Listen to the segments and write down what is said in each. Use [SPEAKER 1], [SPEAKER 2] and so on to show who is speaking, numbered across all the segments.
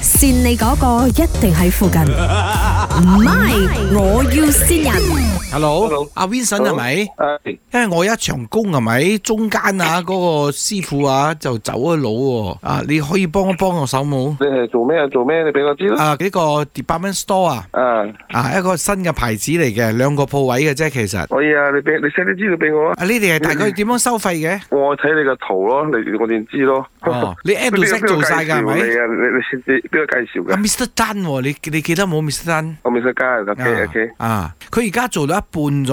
[SPEAKER 1] 善你嗰個一定喺附近，唔係我要先人，
[SPEAKER 2] Hello，
[SPEAKER 3] Hello 哎
[SPEAKER 2] 阿 Vincent 係咪？
[SPEAKER 3] 誒，
[SPEAKER 2] 因為我有一場工係咪？中間 啊，嗰、個師傅啊就走咗佬喎。啊，你可以幫一幫我手冇？
[SPEAKER 3] 你係做咩啊？做咩？你俾我知啦。
[SPEAKER 2] 啊，呢、個 department store 啊，
[SPEAKER 3] 啊，
[SPEAKER 2] 啊一個新嘅牌子嚟嘅，兩個鋪位嘅啫，其實。
[SPEAKER 3] 可以啊，你俾你 send 啲資料俾我啊。
[SPEAKER 2] 啊，你哋係大概點樣收費 嘅？
[SPEAKER 3] 我睇你個圖咯，你我先知咯。
[SPEAKER 2] 哦，你 app 度
[SPEAKER 3] 邊個
[SPEAKER 2] 識做晒㗎係
[SPEAKER 3] 邊個介
[SPEAKER 2] 咪？
[SPEAKER 3] 紹你啊，你你先知邊個介紹
[SPEAKER 2] 啊
[SPEAKER 3] 嘅？
[SPEAKER 2] ，Mr. Dan 喎，你你記得冇 Mr. Dan？
[SPEAKER 3] 我未識加啊，OK
[SPEAKER 2] 啊
[SPEAKER 3] OK。啊
[SPEAKER 2] 啊！佢而家做到一半咗，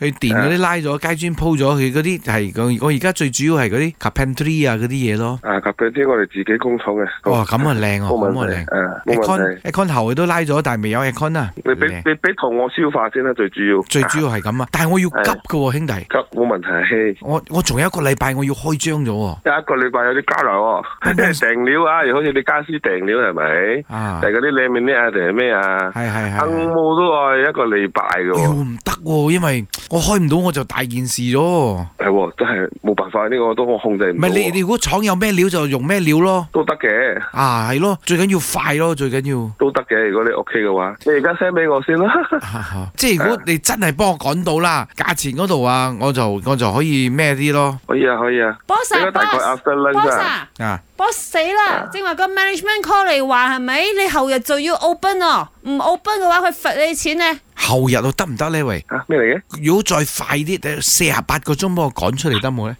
[SPEAKER 2] 佢電嗰啲拉咗，街磚鋪咗，佢嗰啲係我而家最主要係嗰啲 carpentry 啊嗰啲嘢咯。
[SPEAKER 3] 啊，及嗰啲我哋自己工廠嘅。
[SPEAKER 2] 哇，咁啊靚啊，
[SPEAKER 3] 冇
[SPEAKER 2] 咁
[SPEAKER 3] 問
[SPEAKER 2] 啊
[SPEAKER 3] 題
[SPEAKER 2] 靚。。
[SPEAKER 3] 誒，冇問
[SPEAKER 2] aircon
[SPEAKER 3] 題。
[SPEAKER 2] aircon 喉佢都拉咗，但係未有 aircon 啊。
[SPEAKER 3] 你俾你俾圖我消化先啦，最主要。
[SPEAKER 2] 最主要係咁啊，但係我要急嘅喎，兄弟。
[SPEAKER 3] 急冇問題。
[SPEAKER 2] 我我仲有一個禮拜我要開張咗喎。
[SPEAKER 3] 一個禮拜有啲交流 喎，即係訂料啊，又好似你家私訂料係咪？
[SPEAKER 2] 啊
[SPEAKER 3] 定，係嗰啲靚面啲啊，定係咩啊？
[SPEAKER 2] 係係係。
[SPEAKER 3] 硬毛都係一個禮拜嘅
[SPEAKER 2] 哎呦
[SPEAKER 3] 喎，
[SPEAKER 2] 唔得喎，因為我開唔到我就大件事咗。唔
[SPEAKER 3] 係喎，真係冇辦法，呢個都我控制唔到
[SPEAKER 2] 係你你
[SPEAKER 3] 喎。
[SPEAKER 2] 如果廠有咩料就用咩料咯。
[SPEAKER 3] 都得嘅，
[SPEAKER 2] 啊，係咯，最緊要快咯，最緊要。
[SPEAKER 3] 都得嘅。如果你 OK 嘅話，你而家 send 俾我先啦。
[SPEAKER 2] 啊 即係如
[SPEAKER 3] 啊
[SPEAKER 2] 果你真係幫我趕到啦，價錢嗰度啊，我就我就可以咩啲咯。
[SPEAKER 3] 可以啊，可以啊。
[SPEAKER 4] boss
[SPEAKER 3] 你
[SPEAKER 4] 啊
[SPEAKER 3] 而家大概 after lunch
[SPEAKER 4] ，boss
[SPEAKER 3] 啊。
[SPEAKER 4] 啊
[SPEAKER 2] 啊，
[SPEAKER 4] ，boss 死啦！正話個 management call 嚟話係咪？你後日就要 open 哦，唔 open 嘅話佢罰你錢咧。
[SPEAKER 2] 後日啊得唔得呢？喂，
[SPEAKER 3] 嚇咩嚟嘅？
[SPEAKER 2] 如果再快啲，四十八個鐘幫我趕出嚟得 冇呢？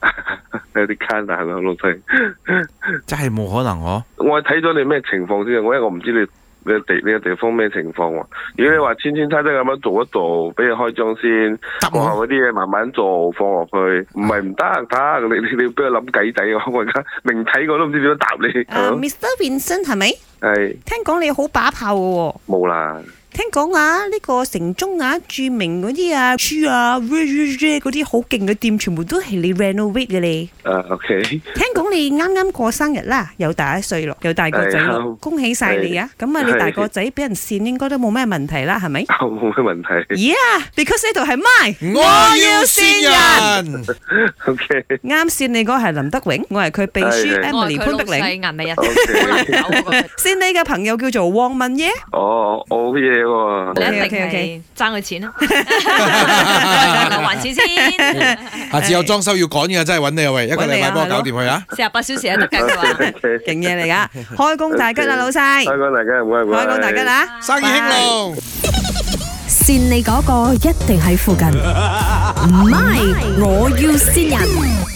[SPEAKER 3] 你有啲艱難啊，老細。
[SPEAKER 2] 真係冇可能我。
[SPEAKER 3] 我係睇咗你咩情況先啊，我因為我唔知你你地你個地方咩情況喎。如果你話千千差差咁樣做一做，俾你開張先，
[SPEAKER 2] 得
[SPEAKER 3] 往
[SPEAKER 2] 我
[SPEAKER 3] 後嗰啲嘢慢慢做放落去，唔係唔得得，你你你俾我諗計仔喎，我而家明睇我都唔知點樣答你
[SPEAKER 4] 啊
[SPEAKER 3] 係咪，
[SPEAKER 4] ，Mr. Vincent 係咪？
[SPEAKER 3] 係
[SPEAKER 4] 聽講你好把炮嘅喎。
[SPEAKER 3] 冇啦。
[SPEAKER 4] 聽講啊，呢個城中啊，著名嗰啲啊，書啊，嗰啲好勁嘅店，全部都係你 renovate 嘅咧。
[SPEAKER 3] 誒，OK，啊
[SPEAKER 4] 聽講你啱啱過生日啦，又大一歲咯，又大個仔
[SPEAKER 3] 係啊
[SPEAKER 4] 咯，恭喜晒你啊！咁啊，你
[SPEAKER 3] 係
[SPEAKER 4] 大個仔俾人扇應該都冇咩問題啦，係咪
[SPEAKER 3] 冇咩問題。
[SPEAKER 4] ？Yeah，because 呢度係 my，
[SPEAKER 2] 善人。
[SPEAKER 3] OK，OK，
[SPEAKER 4] 啱扇你嗰個係林德榮，我係佢秘
[SPEAKER 3] 係
[SPEAKER 4] 書
[SPEAKER 3] 係
[SPEAKER 4] Emily 潘碧玲，
[SPEAKER 5] 銀美日走
[SPEAKER 4] 扇你嘅朋友叫做黃文耶。
[SPEAKER 3] 哦，好嘢喎，
[SPEAKER 5] 你一定係爭佢錢啦， 還錢先，
[SPEAKER 2] 下次有裝修要趕嘅，真係揾你啊喂，一個禮拜幫我搞掂佢啊！
[SPEAKER 5] 四十八小時都得㗎
[SPEAKER 4] 啊
[SPEAKER 5] 佢話。
[SPEAKER 3] OK，
[SPEAKER 4] 勁嘢嚟 噶，開工大吉啦，老細，
[SPEAKER 3] 香港大家唔該，唔該
[SPEAKER 4] 開工大吉。啦，
[SPEAKER 2] 生意興隆。
[SPEAKER 1] 善你嗰個一定喺附近，唔係我要先人。